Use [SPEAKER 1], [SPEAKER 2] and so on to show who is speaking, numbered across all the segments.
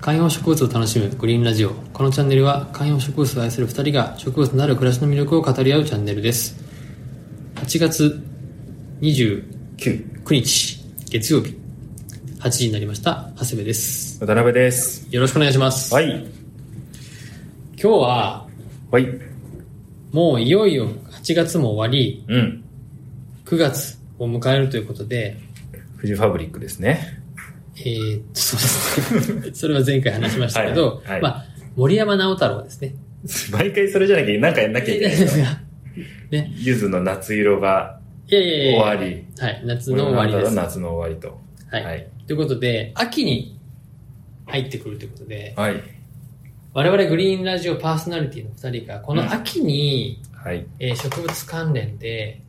[SPEAKER 1] 観葉植物を楽しむグリーンラジオこのチャンネルは観葉植物を愛する2人が植物なる暮らしの魅力を語り合うチャンネルです8月29
[SPEAKER 2] 9
[SPEAKER 1] 日月曜日8時になりました長谷部です
[SPEAKER 2] 渡辺です
[SPEAKER 1] よろしくお願いします、
[SPEAKER 2] はい
[SPEAKER 1] 今日は
[SPEAKER 2] はい
[SPEAKER 1] もういよいよ8月も終わり
[SPEAKER 2] うん
[SPEAKER 1] 9月を迎えるということで
[SPEAKER 2] 富士ファブリックですね
[SPEAKER 1] えーっとそうですね それは前回話しましたけど、
[SPEAKER 2] はいはい
[SPEAKER 1] まあ森山直太朗ですね
[SPEAKER 2] 毎回それじゃなきゃなんかやんなきゃい けない
[SPEAKER 1] ですが
[SPEAKER 2] ゆずの夏色が
[SPEAKER 1] いやいやいや
[SPEAKER 2] 終わり
[SPEAKER 1] はい、夏の終わりで
[SPEAKER 2] 俺の中
[SPEAKER 1] す。
[SPEAKER 2] の夏の終わりと
[SPEAKER 1] はい。
[SPEAKER 2] はい
[SPEAKER 1] ということで、秋に入ってくるということで、
[SPEAKER 2] はい
[SPEAKER 1] 我々グリーンラジオパーソナリティの2人が、この秋に、
[SPEAKER 2] はい
[SPEAKER 1] えー植物関連で、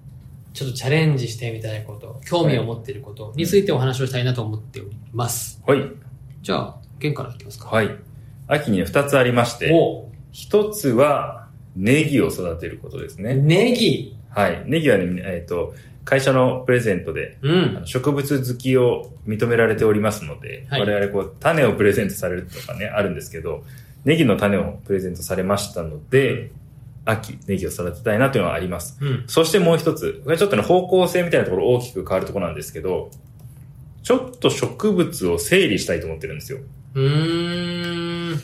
[SPEAKER 1] ちょっとチャレンジしてみたいこと、興味を持っていることについてお話をしたいなと思っております。
[SPEAKER 2] はい
[SPEAKER 1] じゃあ、玄からいきますか。
[SPEAKER 2] はい秋に2つありまして
[SPEAKER 1] お
[SPEAKER 2] 1つはネギを育てることですね
[SPEAKER 1] ネギ
[SPEAKER 2] はいネギはねえっ、と会社のプレゼントで
[SPEAKER 1] う
[SPEAKER 2] あ
[SPEAKER 1] ん。
[SPEAKER 2] の植物好きを認められておりますので、
[SPEAKER 1] はい
[SPEAKER 2] 我々こう種をプレゼントされるとかねあるんですけどネギの種をプレゼントされましたので秋ネギを育てたいなというのはあります
[SPEAKER 1] うん。
[SPEAKER 2] そしてもう一つこれちょっとね方向性みたいなところ大きく変わるところなんですけどちょっと植物を整理したいと思ってるんですよっ
[SPEAKER 1] うーん。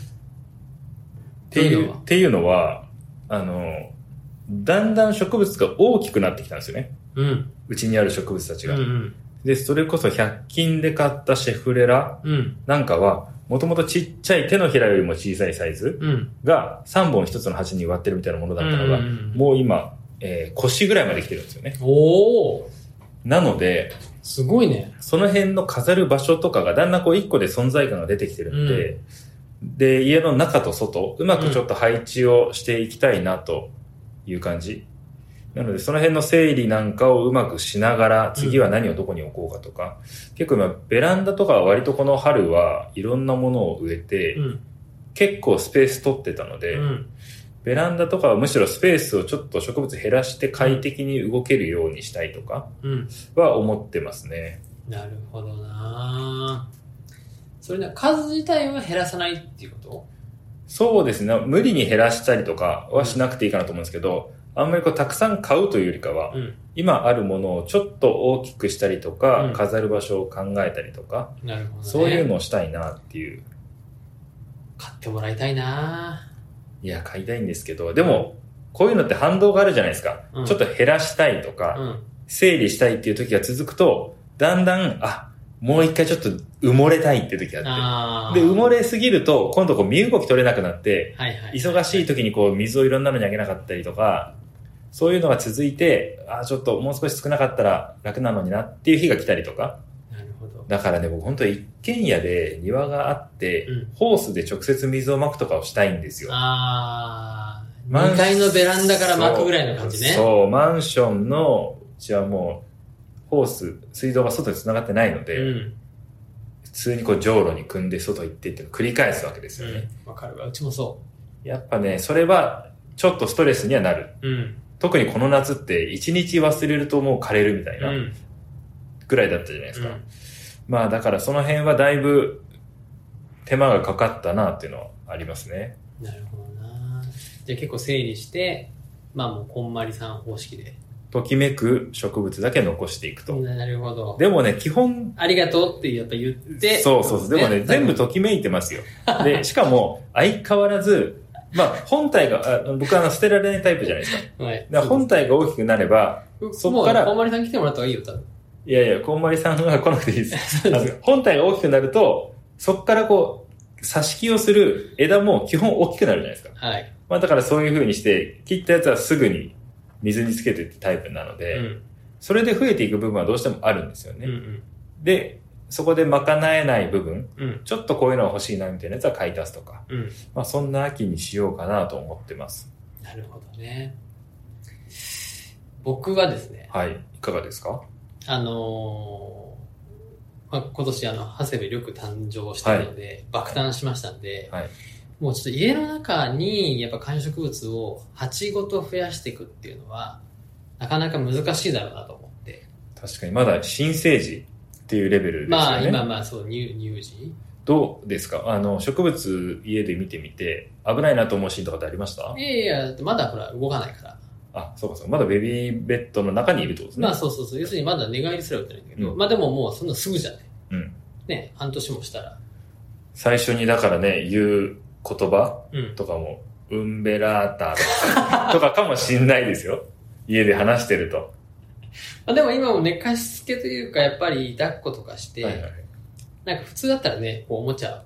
[SPEAKER 1] と
[SPEAKER 2] てい
[SPEAKER 1] いう
[SPEAKER 2] う
[SPEAKER 1] のは
[SPEAKER 2] っていうのはあのだんだん植物が大きくなってきたんですよね
[SPEAKER 1] うん。
[SPEAKER 2] うちにある植物たち
[SPEAKER 1] うん。う
[SPEAKER 2] が、
[SPEAKER 1] ん。
[SPEAKER 2] でそれこそ100均で買ったシェフレラ
[SPEAKER 1] うん。
[SPEAKER 2] なんかは、もともとちっちゃい手のひらよりも小さいサイズ
[SPEAKER 1] うん。
[SPEAKER 2] が3本1つの鉢に割ってるみたいなものだったのが、
[SPEAKER 1] うん
[SPEAKER 2] もう今、えー腰ぐらいまで来てるんですよね。
[SPEAKER 1] おー
[SPEAKER 2] なので、
[SPEAKER 1] すごいね。
[SPEAKER 2] その辺の飾る場所とかがだんだんこう1個で存在感が出てきてるので、で、家の中と外、うまくちょっと配置をしていきたいなという感じ。なので、その辺の整理なんかをうまくしながら、次は何をどこに置こうかとか、結構今、ベランダとかは割とこの春はいろんなものを植えて、
[SPEAKER 1] うん。
[SPEAKER 2] 結構スペース取ってたの
[SPEAKER 1] う
[SPEAKER 2] で、
[SPEAKER 1] ん。
[SPEAKER 2] ベランダとかはむしろスペースをちょっと植物減らして快適に動けるようにしたいとか
[SPEAKER 1] うん。
[SPEAKER 2] は思ってますね。
[SPEAKER 1] なるほどなそれね、数自体は減らさないっていうこ
[SPEAKER 2] そうですね。無理に減らしたりとかはしなくていいかなと思うんですけど、あんまりこうたくさん買うというよりかは
[SPEAKER 1] と、うん。
[SPEAKER 2] 今あるものをちょっと大きくしたりとか、
[SPEAKER 1] うん
[SPEAKER 2] 飾る場所を考えたりとか、
[SPEAKER 1] なるほど、ね。
[SPEAKER 2] そういうのをしたいなっていう。
[SPEAKER 1] 買ってもらいたいない
[SPEAKER 2] や、買いたいんですけど、でも、こういうのって反動があるじゃないですか。
[SPEAKER 1] うん
[SPEAKER 2] ちょっと減らしたいとか、
[SPEAKER 1] うん。
[SPEAKER 2] 整理したいっていう時が続くと、だんだん、あ、もう一回ちょっと埋もれたいっていう時があ
[SPEAKER 1] あ
[SPEAKER 2] っ
[SPEAKER 1] あ。
[SPEAKER 2] て。で、埋もれすぎると、今度こう身動き取れなくなって、
[SPEAKER 1] はいはい。
[SPEAKER 2] 忙しい時にこう水をいろんなのにあげなかったりとか、そういうのが続いて、あ、ちょっともう少し少なかったら楽なのになっていう日が来たりとか。
[SPEAKER 1] なるほど。
[SPEAKER 2] だからね、僕本当一軒家で庭があって、
[SPEAKER 1] うん
[SPEAKER 2] ホースで直接水をまくとかをしたいんですよ。
[SPEAKER 1] ああ。
[SPEAKER 2] マン
[SPEAKER 1] 2階のベランダから巻くぐらいの感じね。
[SPEAKER 2] そうそうマンションのうちはもうホース水道が外に繋がってないので、
[SPEAKER 1] うん。
[SPEAKER 2] 普通にこうじょうろに組んで外行ってっていうのを繰り返すわけです
[SPEAKER 1] う
[SPEAKER 2] よ
[SPEAKER 1] ん
[SPEAKER 2] ね、。
[SPEAKER 1] わかるわ。うちもそ
[SPEAKER 2] やっぱねそれはちょっとストレスにはなる
[SPEAKER 1] う。うん。。
[SPEAKER 2] 特にこの夏って一日忘れるともう枯れるみたいうなんぐらいだったじゃないですか、
[SPEAKER 1] うん
[SPEAKER 2] まあだからその辺はだいぶ手間がかかったなっていうのはありますね
[SPEAKER 1] なるほどなじゃあ結構整理して、まあもうこんまりさん方式で。
[SPEAKER 2] ときめく植物だけ残していくと、
[SPEAKER 1] なるほど。
[SPEAKER 2] でもね基本
[SPEAKER 1] ありがとうってやっぱ言って。
[SPEAKER 2] そうそうそう。でもね、全部
[SPEAKER 1] と。
[SPEAKER 2] ときめいてますよ。で、しかも、相変わらず、まあ、本体が、あ僕はあの捨てられないタイプじゃないですか。だか
[SPEAKER 1] はい。
[SPEAKER 2] ら本体が大きくなれば、そ
[SPEAKER 1] そ
[SPEAKER 2] っ
[SPEAKER 1] こ
[SPEAKER 2] か
[SPEAKER 1] からら。こんまりさん来てもらった方がいいよ、多分。
[SPEAKER 2] いやいや、こんまりさんは来なくていいです。あの本体が大きくなると、そこからこう、挿し木をする枝も基本大きくなるじゃないですか。
[SPEAKER 1] はい。
[SPEAKER 2] まあ、だからそういう風にして、切ったやつはすぐに水につけてってタイプなの
[SPEAKER 1] う
[SPEAKER 2] で、
[SPEAKER 1] ん。
[SPEAKER 2] それで増えていく部分はどうしてもあるんですよ
[SPEAKER 1] う
[SPEAKER 2] ね。
[SPEAKER 1] ん
[SPEAKER 2] で、そこで賄えない部分、
[SPEAKER 1] うん。うん。
[SPEAKER 2] ちょっとこういうのが欲しいなみたいなやつは買い足すとか。
[SPEAKER 1] うん。
[SPEAKER 2] まあ、そんな秋にしようかなと思ってます。
[SPEAKER 1] なるほどね。僕はですね、
[SPEAKER 2] はい。いかがですか
[SPEAKER 1] あのーまあ、今年あの、長谷部緑誕生したので、爆誕しましたんで、
[SPEAKER 2] はい
[SPEAKER 1] もうちょっと家の中にやっぱ観葉植物を鉢ごと増やしていくっていうのは、なかなか難しいだろうなと思って。
[SPEAKER 2] 確かにまだ新生児っていうレベルですよね。
[SPEAKER 1] まあ今まあそう、乳乳児
[SPEAKER 2] どうですかあの、植物家で見てみて、危ないなと思うシーンとかってありました
[SPEAKER 1] いやいや、だってまだほら、動かないから。
[SPEAKER 2] あ、そうかそうか。まだベビーベッドの中にいるってことですね。
[SPEAKER 1] まあそうそうそう。要するにまだ寝返りすら打ってないんだけど、
[SPEAKER 2] うん
[SPEAKER 1] まあでももうそんなすぐじゃない。
[SPEAKER 2] うん。
[SPEAKER 1] ね、半年もしたら。
[SPEAKER 2] 最初にだからね、言う言葉
[SPEAKER 1] うん。
[SPEAKER 2] とかも、ウンベラー タとかとかかもしんないですよ。家で話してると。
[SPEAKER 1] まあでも今も寝かしつけというか、やっぱり抱っことかして、
[SPEAKER 2] はいはい
[SPEAKER 1] なんか普通だったらね、こうおもちゃ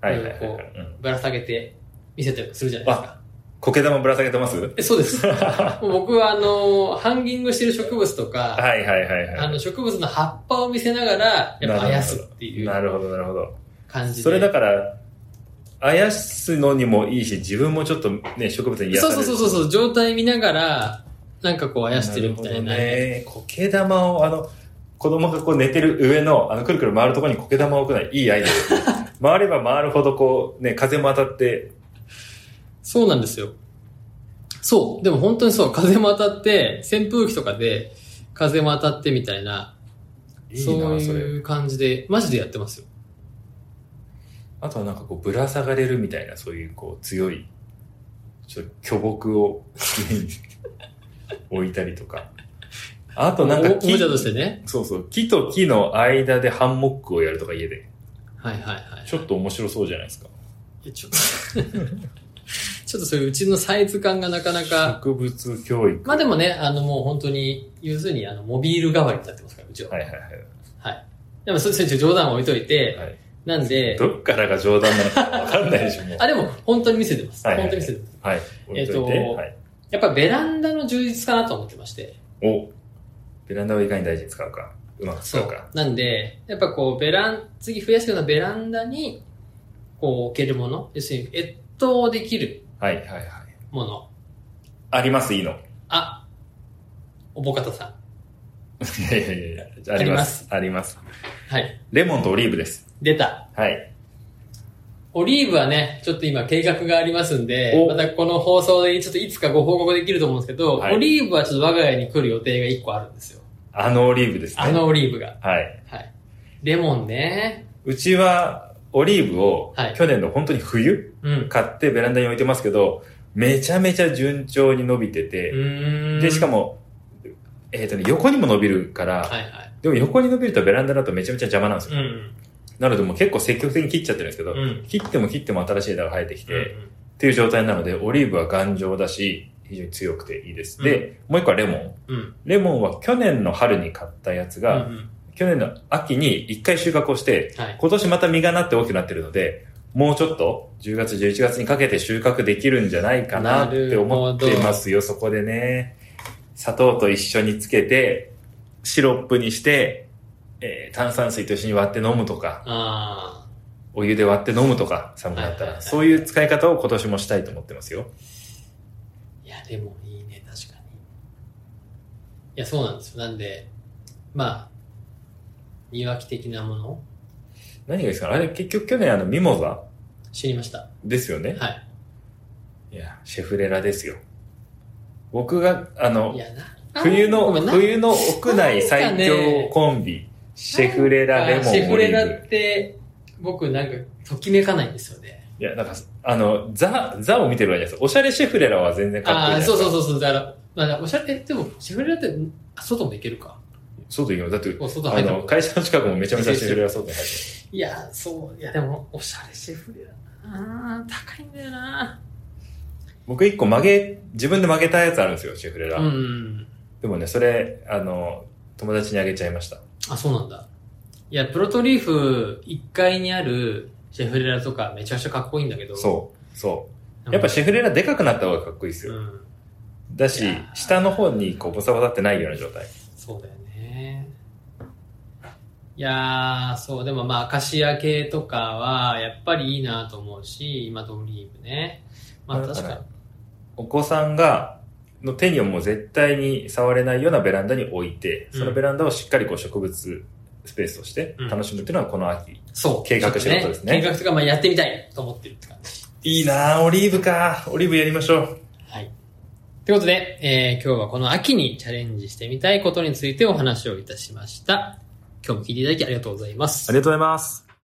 [SPEAKER 2] はいはいはいはい、うん
[SPEAKER 1] ぶら下げて見せたりするじゃないですか。
[SPEAKER 2] あ、苔玉ぶら下げてます
[SPEAKER 1] えそう です。
[SPEAKER 2] は
[SPEAKER 1] もう僕はあの、ハンギングしてる植物とか、
[SPEAKER 2] いはいはい
[SPEAKER 1] あ
[SPEAKER 2] は
[SPEAKER 1] の植物の葉っぱを見せながら、やっぱあやすって
[SPEAKER 2] い。
[SPEAKER 1] い
[SPEAKER 2] な
[SPEAKER 1] う
[SPEAKER 2] るほどなるほど。
[SPEAKER 1] 感じで。
[SPEAKER 2] それだから、あやすのにもいいし、自分もちょっとね、植物に癒さ
[SPEAKER 1] そう
[SPEAKER 2] れ
[SPEAKER 1] そ
[SPEAKER 2] る。
[SPEAKER 1] うそうそう、状態見ながら、なんかこうあやしてるみたいな。
[SPEAKER 2] なるほどね。苔玉を、あの、子供がこう寝てる上の、あの、くるくる回るところに苔玉を置くのはいいアイデアですね。 回れば回るほどこう、ね、風も当たって、
[SPEAKER 1] そうなんですよ。そう。でも本当にそう、風も当たって、扇風機とかで風も当たってみたいな、
[SPEAKER 2] いい
[SPEAKER 1] そう
[SPEAKER 2] な、それ。
[SPEAKER 1] いう感じで、マジでやってますよ。
[SPEAKER 2] あとはなんかこう、ぶら下がれるみたいな、そういうこう、強い、ちょっと巨木を 置いたりとか。あとなんか
[SPEAKER 1] おおも
[SPEAKER 2] 木
[SPEAKER 1] ちゃ、としてね。
[SPEAKER 2] そうそう、木と木の間でハンモックをやるとか家で。
[SPEAKER 1] はいはいはい。
[SPEAKER 2] ちょっと面白そうじゃないですか。
[SPEAKER 1] えちょっと、 ちょっとそれうちのサイズ感がなかなか、
[SPEAKER 2] 植物教育。
[SPEAKER 1] まあでもね、あのもう本当に、ゆずにあの、モビール代わりになってますから、うちは。
[SPEAKER 2] はいはい
[SPEAKER 1] はい。でも、それそれちょ冗談は置いといて、
[SPEAKER 2] はい。はい、
[SPEAKER 1] なんで、
[SPEAKER 2] どっからが冗談なのかわかんないでしょ、もう。
[SPEAKER 1] あ、でも、本当に見せてます。
[SPEAKER 2] はいはい
[SPEAKER 1] 本当に見せてます。
[SPEAKER 2] はい。置いといて
[SPEAKER 1] えっと
[SPEAKER 2] はい、
[SPEAKER 1] やっぱベランダの充実かなと思ってまして。
[SPEAKER 2] おベランダをいかに大事に使うか、うまく使うか。
[SPEAKER 1] なんで、やっぱこう、ベラン、次増やすようなベランダに、こう置けるもの、要するに、越冬できる
[SPEAKER 2] はいはいはい。
[SPEAKER 1] もの。
[SPEAKER 2] あります、いい の。
[SPEAKER 1] あ、おぼかたさん。
[SPEAKER 2] いやいやいやじゃああります。あります。
[SPEAKER 1] はい。
[SPEAKER 2] レモンとオリーブです。
[SPEAKER 1] 出た。
[SPEAKER 2] はい。
[SPEAKER 1] オリーブはね、ちょっと今計画がありますんで、
[SPEAKER 2] お
[SPEAKER 1] またこの放送でちょっといつかご報告できると思うんですけど、
[SPEAKER 2] はい
[SPEAKER 1] オリーブはちょっと我が家に来る予定が1個あるんですよ。
[SPEAKER 2] あのオリーブですね。
[SPEAKER 1] あのオリーブが。
[SPEAKER 2] はい。
[SPEAKER 1] はい。レモンね。
[SPEAKER 2] うちは、オリーブを
[SPEAKER 1] はい、
[SPEAKER 2] 去年の本当に冬、
[SPEAKER 1] うん。
[SPEAKER 2] 買ってベランダに置いてますけど、めちゃめちゃ順調に伸びて
[SPEAKER 1] う
[SPEAKER 2] て、
[SPEAKER 1] ーん
[SPEAKER 2] で、しか、も、えっ、とね、横にも伸びるから、
[SPEAKER 1] はいはい。
[SPEAKER 2] でも横に伸びるとベランダだとめちゃめちゃ邪魔なんです
[SPEAKER 1] う
[SPEAKER 2] よ。
[SPEAKER 1] ん。
[SPEAKER 2] なのでもう結構積極的に切っちゃってるんですけど、
[SPEAKER 1] うん。
[SPEAKER 2] 切っても切っても新しい枝が生えてきて、
[SPEAKER 1] で、
[SPEAKER 2] っていう状態なので、オリーブは頑丈だし、非常に強くていいです。
[SPEAKER 1] うん
[SPEAKER 2] で、もう一個はレモン。
[SPEAKER 1] うん。
[SPEAKER 2] レモンは去年の春に買ったやつ
[SPEAKER 1] うん。
[SPEAKER 2] が、去年の秋に一回収穫をして、
[SPEAKER 1] はい。
[SPEAKER 2] 今年また実がなって大きくなってるので、もうちょっと10月11月にかけて収穫できるんじゃないかなって思ってますよ、そこでね。砂糖と一緒につけて、シロップにして、えー炭酸水と一緒に割って飲むとか、
[SPEAKER 1] ああ。
[SPEAKER 2] お湯で割って飲むとか、寒くな
[SPEAKER 1] は
[SPEAKER 2] った
[SPEAKER 1] いはいは
[SPEAKER 2] ら、
[SPEAKER 1] い
[SPEAKER 2] そういう使い方を今年もしたいと思ってますよ。
[SPEAKER 1] いや、レモンいいね、確かに。いや、そうなんですよ。なんで、まあ、庭木的なもの
[SPEAKER 2] 何がいいですかあれ、結局去年あの、ミモザ
[SPEAKER 1] 知りました。
[SPEAKER 2] ですよね。
[SPEAKER 1] はい。
[SPEAKER 2] いや、シェフレラですよ。僕が、あの
[SPEAKER 1] い、や、な。
[SPEAKER 2] 冬
[SPEAKER 1] ご
[SPEAKER 2] の
[SPEAKER 1] めん、な
[SPEAKER 2] 冬の屋内最強コンビ、シェフレラ、レモ
[SPEAKER 1] シェ
[SPEAKER 2] ン、
[SPEAKER 1] フ
[SPEAKER 2] オリ
[SPEAKER 1] レラ
[SPEAKER 2] ー
[SPEAKER 1] っ
[SPEAKER 2] ブ。
[SPEAKER 1] て、僕なんか、ときめかないんですよね。
[SPEAKER 2] いや、なんか、あの、ザ、ザを見てるわけです。おしゃれシェフレラは全然かっこい
[SPEAKER 1] あ
[SPEAKER 2] い
[SPEAKER 1] あ、
[SPEAKER 2] じゃ
[SPEAKER 1] そう
[SPEAKER 2] ないですか。
[SPEAKER 1] そうそうそう。だから、まあ、おしゃれ、でも、シェフレラって、あ外も行けるか。
[SPEAKER 2] 外行きます。だって、
[SPEAKER 1] お外
[SPEAKER 2] あ
[SPEAKER 1] 入った
[SPEAKER 2] の、会社の近くもめちゃめちゃシェフレラ外に入ってる。
[SPEAKER 1] いや、そう、いや、でも、おしゃれシェフレラな高いんだよな
[SPEAKER 2] 僕一個曲げ、自分で曲げたやつあるんですよ、シェフレラ。
[SPEAKER 1] うん。
[SPEAKER 2] でもね、それ、あの、友達にあげちゃいました。
[SPEAKER 1] あ、そうなんだ。いや、プロトリーフ1階にあるシェフレラとかめちゃくちゃかっこいいんだけど。
[SPEAKER 2] そう。そう。
[SPEAKER 1] う
[SPEAKER 2] やっぱ
[SPEAKER 1] し、
[SPEAKER 2] シェフレラでかくなった方がかっこいいです
[SPEAKER 1] う
[SPEAKER 2] よ。
[SPEAKER 1] ん。
[SPEAKER 2] だし
[SPEAKER 1] いやー、
[SPEAKER 2] 下の方にこう、ボサボサってないような状態。
[SPEAKER 1] そうだよね。いやー、そう、でもまあ、アカシア系とかは、やっぱりいいなと思うし、今とオリーブね。まあ、
[SPEAKER 2] だか
[SPEAKER 1] 確
[SPEAKER 2] ら
[SPEAKER 1] かに。
[SPEAKER 2] お子さんが、の手にはもう絶対に触れないようなベランダに置いて、
[SPEAKER 1] うん
[SPEAKER 2] そのベランダをしっかりこう植物スペースとして
[SPEAKER 1] うん
[SPEAKER 2] 楽しむっていうのはこの秋。
[SPEAKER 1] そう。
[SPEAKER 2] 計画してることですね
[SPEAKER 1] ちょっと計画とか、まあ、やってみたいと思ってるって感じ。
[SPEAKER 2] いいなぁ、オリーブか。オリーブやりましょう。
[SPEAKER 1] はい。ということで、えー今日はこの秋にチャレンジしてみたいことについてお話をいたしました。今日も聞いていただきありがとうございます。
[SPEAKER 2] がとうございます。